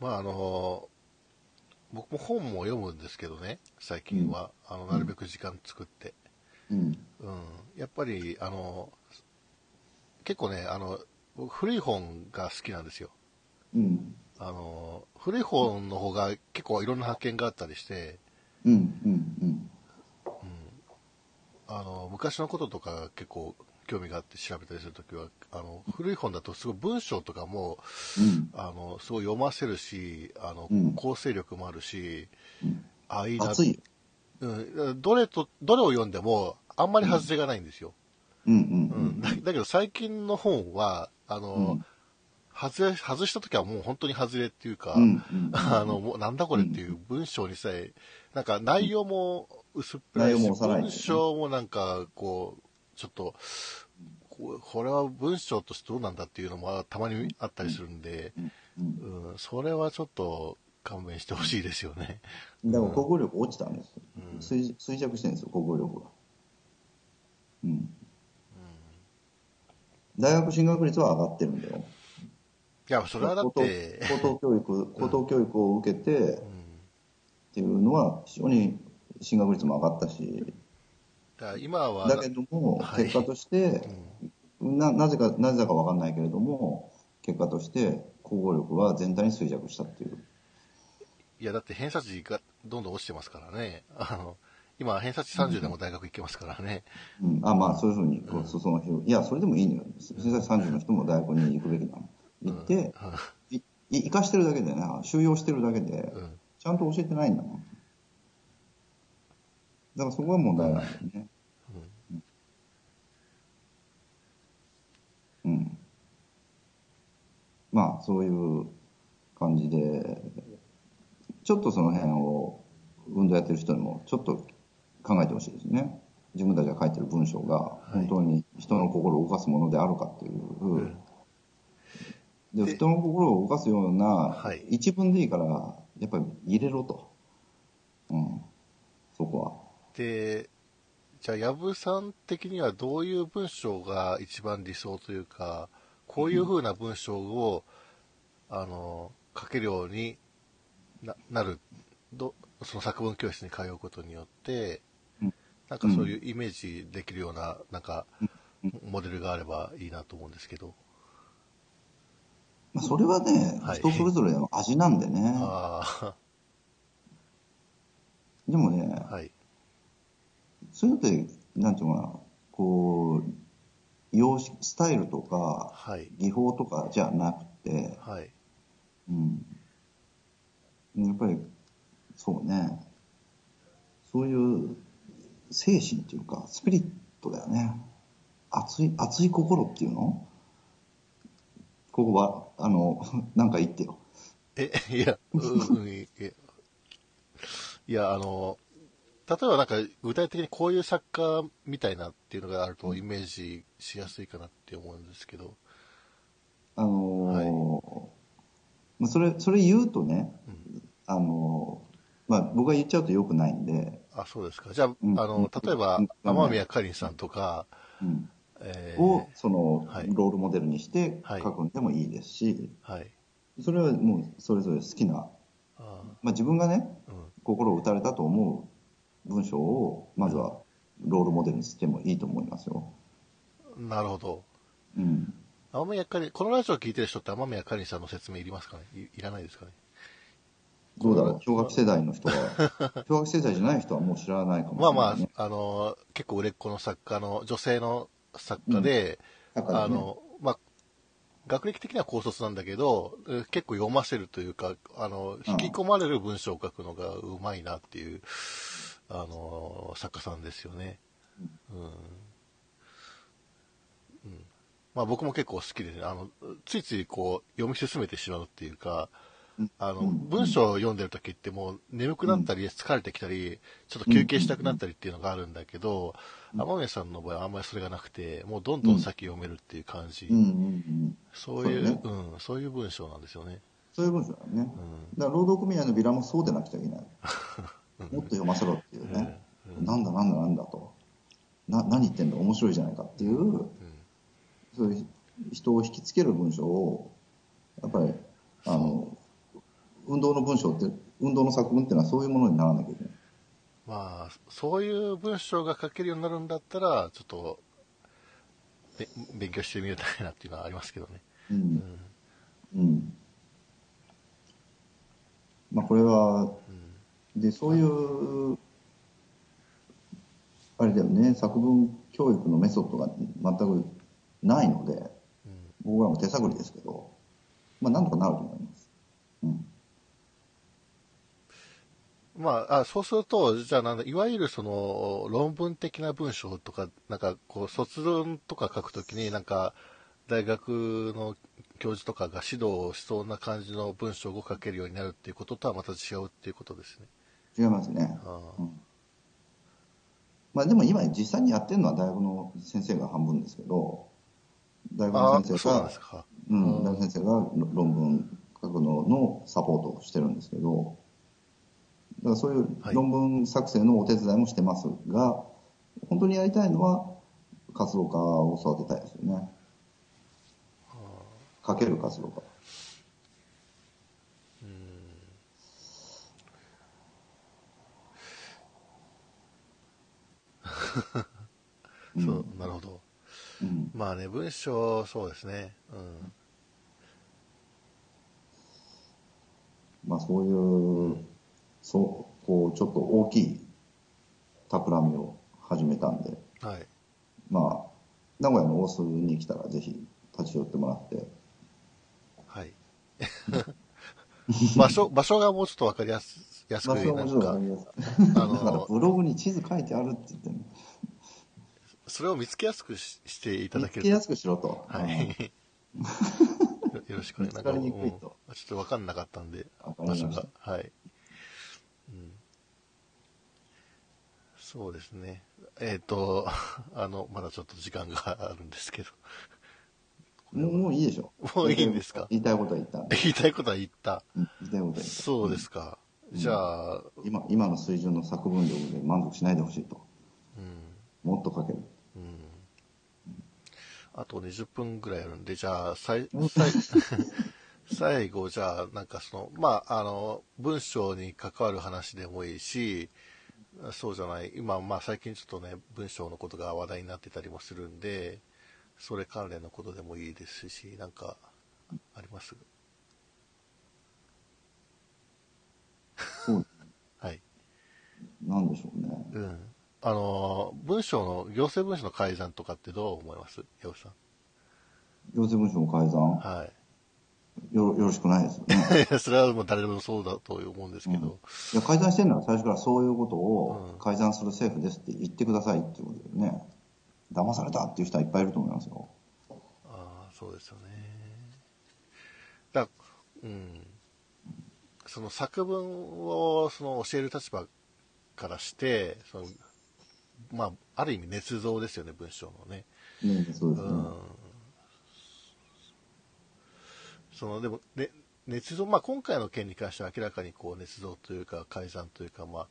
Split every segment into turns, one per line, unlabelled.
まああの、僕も本も読むんですけどね、最近は。あの、なるべく時間作って。
うん。
うん。やっぱり、あの、結構ね、あの、僕古い本が好きなんですよ。
うん。
あの、古い本の方が結構いろんな発見があったりして、
うん。うん。
あの、昔のこととか結構興味があって調べたりするときは、あの、古い本だとすごい文章とかも、
うん。
あの、すごい読ませるし、あの、
うん
構成力もあるし、
うん。
あ、いいな。
熱い。
うん、どれと、どれを読んでも、あんまり外れがないんですよ。
うん。
う。
うんん。
だだけど最近の本は、あの、
ん
外れ、外したときはもう本当に外れっていうか、
うん。うん。
あの、もうなんだこれっていう文章にさえ、なんか内容も薄っぺらい
内
し、
容も幼い
文章もなんかこう、ちょっと、ここれは文章としてどうなんだっていうのもたまにあったりするんで、
うん。
うん、それはちょっと勘弁してほしいですよね。
だから、国語力落ちたんですよ。衰衰弱してるんですよ、国語力が。うん。大学進学率は上がってるんだよ。
いや、それはだっ
高
て、
等高等教育、高等教育を受けて、っていうのは非常に進学率も上がったし、
だから今は、
だけども、
はい
結果として、ななぜか、なぜだかわかんないけれども、結果として、国語力は全体に衰弱したっていう。
いや、だって偏差値がどんどん落ちてますからね。あの、今、偏差値30でも大学行けますからね。
うん、あ、まあ、そういうふうに、こう、裾野広い。いや、それでもいいのよ。先生30の人も大学に行くべきなの。行って、いい生かしてるだけでな、収容してるだけで
ん、
ちゃんと教えてないんだもん。だからそこが問題なんだよね。うん。うんまあ、そういう感じで、ちょっとその辺を運動やってる人にもちょっと考えてほしいですね。自分たちが書いてる文章が本当に人の心を動かすものであるかっていう。で、人の心を動かすような
はい、
一文でいいから、やっぱり入れろと。うん。そこは。
で、じゃあ、矢部さん的にはどういう文章が一番理想というか、こういう風な文章を、あの、書けるようにななるど、その作文教室に通うことによって、
うん
なんかそういうイメージできるような、なんか、モデルがあればいいなと思うんですけど。
まあ、それはね、
はい
人それぞれの味なんでね。
あ
でもね、
あ、はい。
そういうのって、なんていうのかな、こう、様式、スタイルとか、
はい。
技法とかじゃなくて、
はい。
うん。やっぱり、そうね、そういう精神っていうか、スピリットだよね。熱い、熱い心っていうのここは、あの、 なんか言ってよ。
え、いや、うん、いやいや、あの、例えばなんか具体的にこういう作家みたいなっていうのがあるとイメージしやすいかなって思うんですけど、
あのーまあそれ、それ言うとね、あのーまあ僕が言っちゃうと良くないんで、
あ、そうですか。じゃあ、
うん
あの、例えば
うん、
天宮かりんさんとか、
うん
えー
を、その、
はい
ロールモデルにして
はい
書くんでもいいですし、
はい。
それはもうそれぞれ好きな、
あ
まあ自分がね、
ーうん
心を打たれたと思う文章を、まずはロールモデルにしてもいいと思いますよ。
なるほど。
うん。
天宮かりん、このラジオを聞いてる人って天宮かりんさんの説明いりますかねいいらないですかね
どうだろう小学世代の人 は、小学世代じゃない人はもう知らないかもしれ
ま
な
あ
い、ね。
まあ、あの、結構売れっ子の作家の、女性の作家で、
だからね
あの、まあ、学歴的には高卒なんだけど、えー結構読ませるというか、あの、
うん
引き込まれる文章を書くのがうまいなっていう、あの、作家さんですよね。うん。うん。まあ僕も結構好きでね、あの、ついついこう、読み進めてしまうっていうか、あの、文章を読んでる時ってもう眠くなったり、疲れてきたり、ちょっと休憩したくなったりっていうのがあるんだけど、天海さんの場合はあんまりそれがなくて、もうどんどん先読めるっていう感じ。
うんうんうん。
そういう
そうね
うん、そういう文章なんですよね。
そういう文章だよね。だから労働組合のビラもそうでなくちゃいけ ない。もっと読ませろっていうね。なんだなんだなんだと。な、何言ってんだ面白いじゃないかっていう、そういう人を引きつける文章を、やっぱり、あの、運動の文章って、運動の作文っていうのはそういうものにならなきゃいけない。
まあ、そういう文章が書けるようになるんだったら、ちょっと、べ勉強してみたいなっていうのはありますけどね。
うん。うん。まあこれは、で、そういう、あれだよね、作文教育のメソッドが全くないので、僕らも手探りですけど、まあなんとかなると思います。うん。
まあ、あそうすると、じゃあなんだ、いわゆるその、論文的な文章とか、なんかこう、卒論とか書くときに、なんか、大学の教授とかが指導をしそうな感じの文章を書けるようになるっていうこととはまた違うっていうことですね。
違いますね。
ああ
うんまあでも今実際にやってるのは大学の先生が半分ですけど、大学
あ
の
あ、
先
そう
生
なん
が
です、か。
うん、大学先生が論文書くののサポートをしてるんですけど、だからそういう
はい
論文作成のお手伝いもしてますが、本当にやりたいのは活動家を育てたいですよね。かける活動家。
そう、なるほど。
うん、
まあね、文章、そうですね。うん。
まあそういう、そう、こう、ちょっと大きい企みを始めたんで、
はい。
まあ、名古屋の大須に来たらぜひ立ち寄ってもらって、
はい。場所、場所がもうちょっとわかりやすやすく、
場所
な
はもち
ん
ろんわ
か
かり、ます。
あ
だから
の、
ブログに地図書いてあるって言っても、
それを見つけやすくししていただ
見
け
つ
ると
けやすくしろと。
はい。よ よろしくね。
見つかりにく
な
いと
んかうんちょっとわかんなかったんで、
わかりました
場所がはい。うんそうですね。えっ、と、 あの、まだちょっと時間があるんですけど、
うんもうもういいでしょ。
もういいんですか
言いたいことは言ったんで。
言いたいことは言った。
うん言いたいことは言った。
そうですか。じゃあ、
今、今の水準の作文力で満足しないでほしいと。もっと書ける。
あと20分ぐらいあるんで、じゃあ、最、最、最後、じゃあ、なんかその、まあ、あの、文章に関わる話でもいいし、そうじゃない、今、まあ、最近ちょっとね、文章のことが話題になってたりもするんで、それ関連のことでもいいですし、なんか、あります
そう、
はい。
なんでしょうね。
うん。あの、文章の、行政文書の改ざんとかってどう思います矢部さん。
行政文書の改ざん、
はい。
よろよろしくないですよね。
いやそれはもう誰でもそうだと思うんですけど、
いや改ざんしてるなら最初からそういうことを改ざんする政府ですって言ってくださいっていうことだよね。騙されたっていう人はいっぱいいると思いますよ。
ああ、そうですよね。だうん。その作文をその教える立場からして、そのまあ、ある意味捏造ですよね、文章のね。
ねそうですね。
そのでも、ね、捏造、まあ、今回の件に関しては明らかにこう捏造というか改ざんというか、まあ、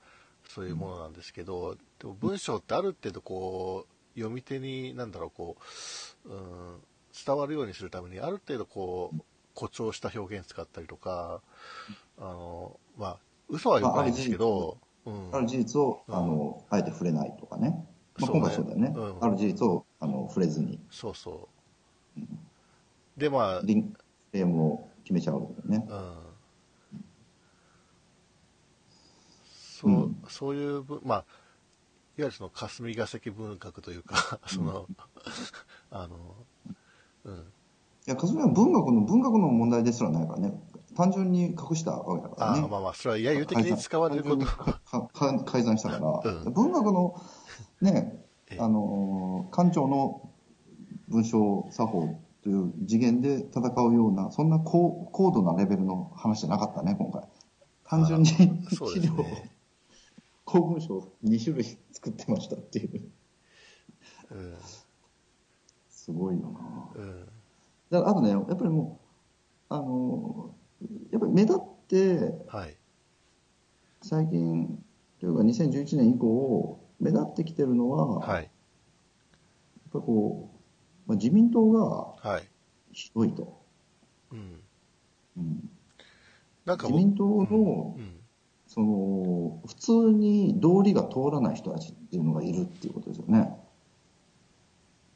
そういうものなんですけど、でも文章ってある程度こう読み手になんだろうこう、うん、伝わるようにするためにある程度こう誇張した表現使ったりとかあの、まあ、嘘はよくないんですけど、うん、
ある事実を、あの、あえて触れないとかね。まあ、
そうね
今回そうだよね。
うん
ある事実を、あの、触れずに、
そうそう。で、まあ、
リン、レームを決めちゃうわけだよね。
うんそう、
うん
そういうぶ、まあ、いわゆるその霞が関文学というか、その、あの、うん、
いや、かすみは文学の、文学の問題ですらないからね。単純に隠したわけだから
あ
ね。
あまあまあ、それは揶揄的に使われること、
かか改ざんしたから、
うん
文学のね
ええ、
あのー、官庁の文章作法という次元で戦うような、そんな高高度なレベルの話じゃなかったね、今回。単純に
そう
資
です
料を、
ね
公文書を2種類作ってましたっていう。
うん、
すごいよ
う
な。
ん、
だからあとね、やっぱりもう、あのー、やっぱり目立って、
はい、
最近というか2011年以降目立ってきてるのは、
は
やっ
い、
ぱこう、まあ、自民党が
はい、
ひどいと、
うん。
うん
なんか
自
僕
民党の
う、ん、
その、普通に道理が通らない人たちっていうのがいるっていうことですよね。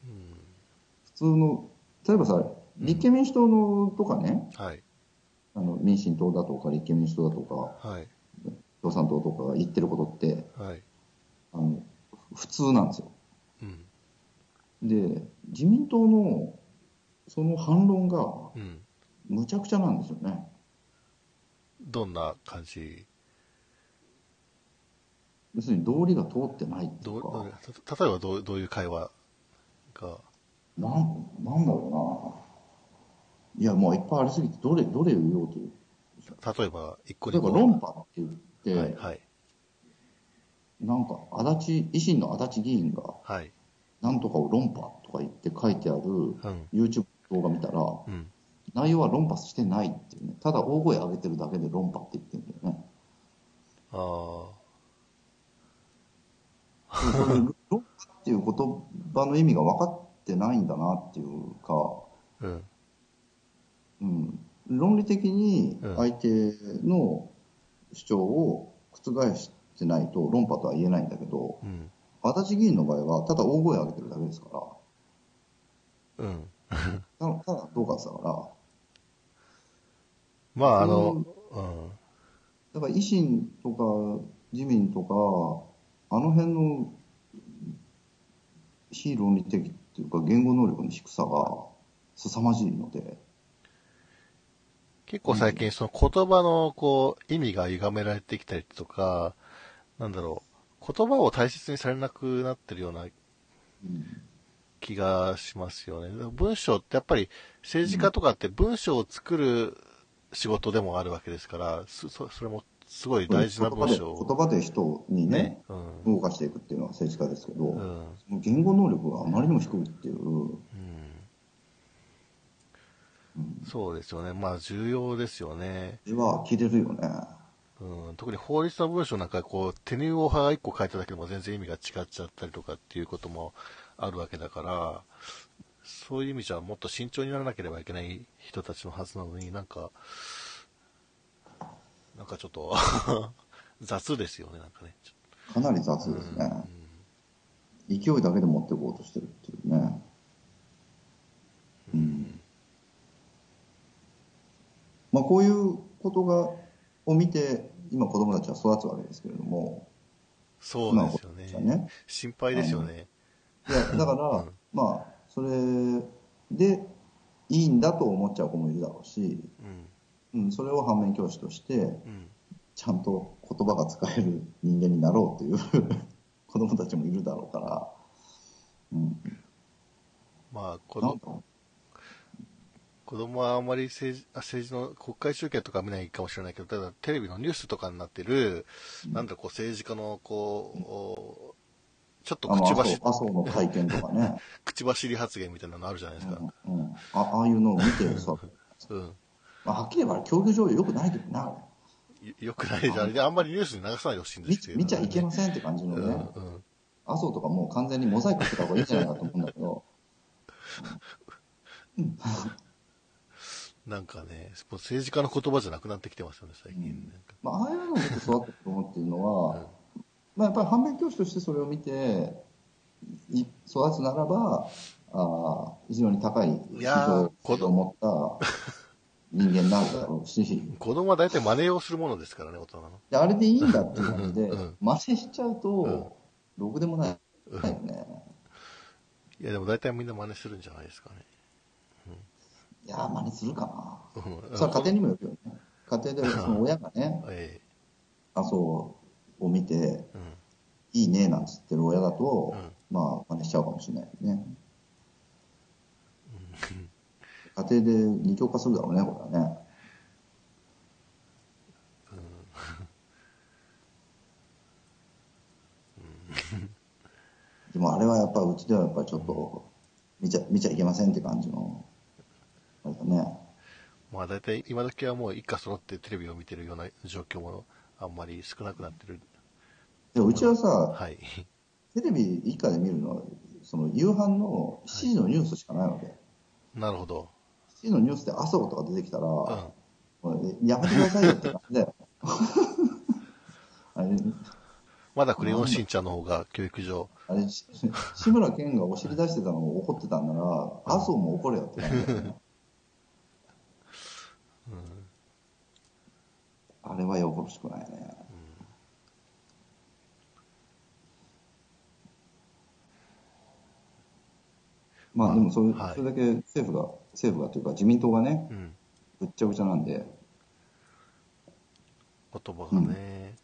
うん
普通の、例えばさ、立憲民主党のとかね、
はい、
あの、民進党だとか立憲民主党だとか、
はい、
共産党とかが言ってることって、
はい。
あの、普通なんですよ。
うん、
で、自民党のその反論が
うん。
むちゃくちゃなんですよね。
どんな感じ
要するに道理が通ってないってい
ど
う
うど
か
う、た例えばどうどういう会話が、
なんなんだろうな。いや、もういっぱいありすぎて、どれ、どれを言おうという。
例えば一個
例
に
えば論破って言って、
はい、はい、
なんか足立、維新の足立議員が、
はい。
なんとかを論破とか言って書いてある
うん、
YouTube 動画見たら、
うん。
内容は論破してないっていうね。ただ大声上げてるだけで論破って言ってるんだよね。
ああ、
論破っていう言葉の意味が分かってないんだなっていうか、
うん、
うん、論理的に
うん
相手の主張を覆してないと論破とは言えないんだけど、
うん、
足立議員の場合はただ大声を上げてるだけですから、
うん。
ただただどうかしたから、
まあ、あの、うん、
だから維新とか自民とか、あの辺の非論理的っていうか言語能力の低さが凄まじいので、
結構最近その言葉のこう、意味が歪められてきたりとか、なんだろう、言葉を大切にされなくなってるような
うん
気がしますよね。文章ってやっぱり政治家とかって文章を作る仕事でもあるわけですから、そそそれもすごい大事な文章を。
言葉で言葉で人にね、
うん。
動かしていくっていうのは政治家ですけど、
うん。
言語能力があまりにも低いっていう、
うん。そうですよね。まあ重要ですよね。
それは切れるよね。
うん。特に法律の文章なんかこう、手縫いをが1個書いただけでも全然意味が違っちゃったりとかっていうこともあるわけだから、そういう意味じゃもっと慎重にならなければいけない人たちのはずなのになんか、なんかちょっと 雑ですよね、なんかね。ちょ
かなり雑ですね。勢いだけで持っていこうとしてるっていうね。うん。まあこういうことが、を見て、今子供たちは育つわけですけれども、
そう
今
で
の子
すよ
供たちは
ね。
ね。
心配ですよね。
いや、だから、
うん
まあ、それでいいんだと思っちゃう子もいるだろうし、
うん。
うん、それを反面教師として、
うん。
ちゃんと言葉が使える人間になろうという 子供たちもいるだろうから、うん、
まあ、こ
な
の
ん、か、
子供はあんまり政治あ政治の国会集計とか見ないかもしれないけど、ただテレビのニュースとかになってる、なんだこう政治家のこう、ちょっと
あの
口
麻
走
生麻生の会見とかね、
口走り発言みたいなのあるじゃないですか。
うんうん、あああいうのを見 てさ、
うん。
まあ、はっきり言えば競技場良くないけどな、
よよくないじゃん。あれであんまりニュースに流さないでほしいんで
見
すけど、
見ちゃいけませんって感じの
う
ね、
んうん。
麻生とかもう完全にモザイクしてた方がいいんじゃないかと思うんだけど、
なんかね、もう政治家の言葉じゃなくなってきてますよね、最近。
うん
なんか
まあ、ああいうのを見て育った子供っていうの は、まあ、やっぱり反面教師としてそれを見てい育つならばあー非常に高い指
いやー
標を持った人間になるだろうし
子供は大体真似をするものですからね、大人の。
であれでいいんだっていう感じで
うん
真似しちゃうとろくでもないよね、
いや、でも大体みんな真似するんじゃないですかね。
いやー真似するか
うん
なそれは家庭にもよるよね家庭でその親がね
え
麻生を見て
えうん。
いいねなんつってる親だと、
うん
まあ真似しちゃうかもしれないね家庭で二極化するだろうねこれはねでもあれはやっぱうちではやっぱちょっと見ちゃ見ちゃいけませんって感じのあれだね
まあ大体今時はもう一家揃ってテレビを見てるような状況もあんまり少なくなってる。
でうちはさ
はい。
テレビ以下で見るのはその夕飯の7時のニュースしかないわけ、
なるほど。
7時のニュースで朝とか出てきたら、
うん。
これえやめてくださいよって感じだよ。あれ、
まだクレヨンしんちゃんの方が教育上、
あれ、し 志村けんがお尻出してたのを怒ってたんなら、麻生も怒れよって感じだよね。あれはよろしくないね。まあでもそれ,、
はい
それだけ政府が、政府がというか自民党がね
う、ん、
ぐっちゃぐちゃなんで、
言葉がね、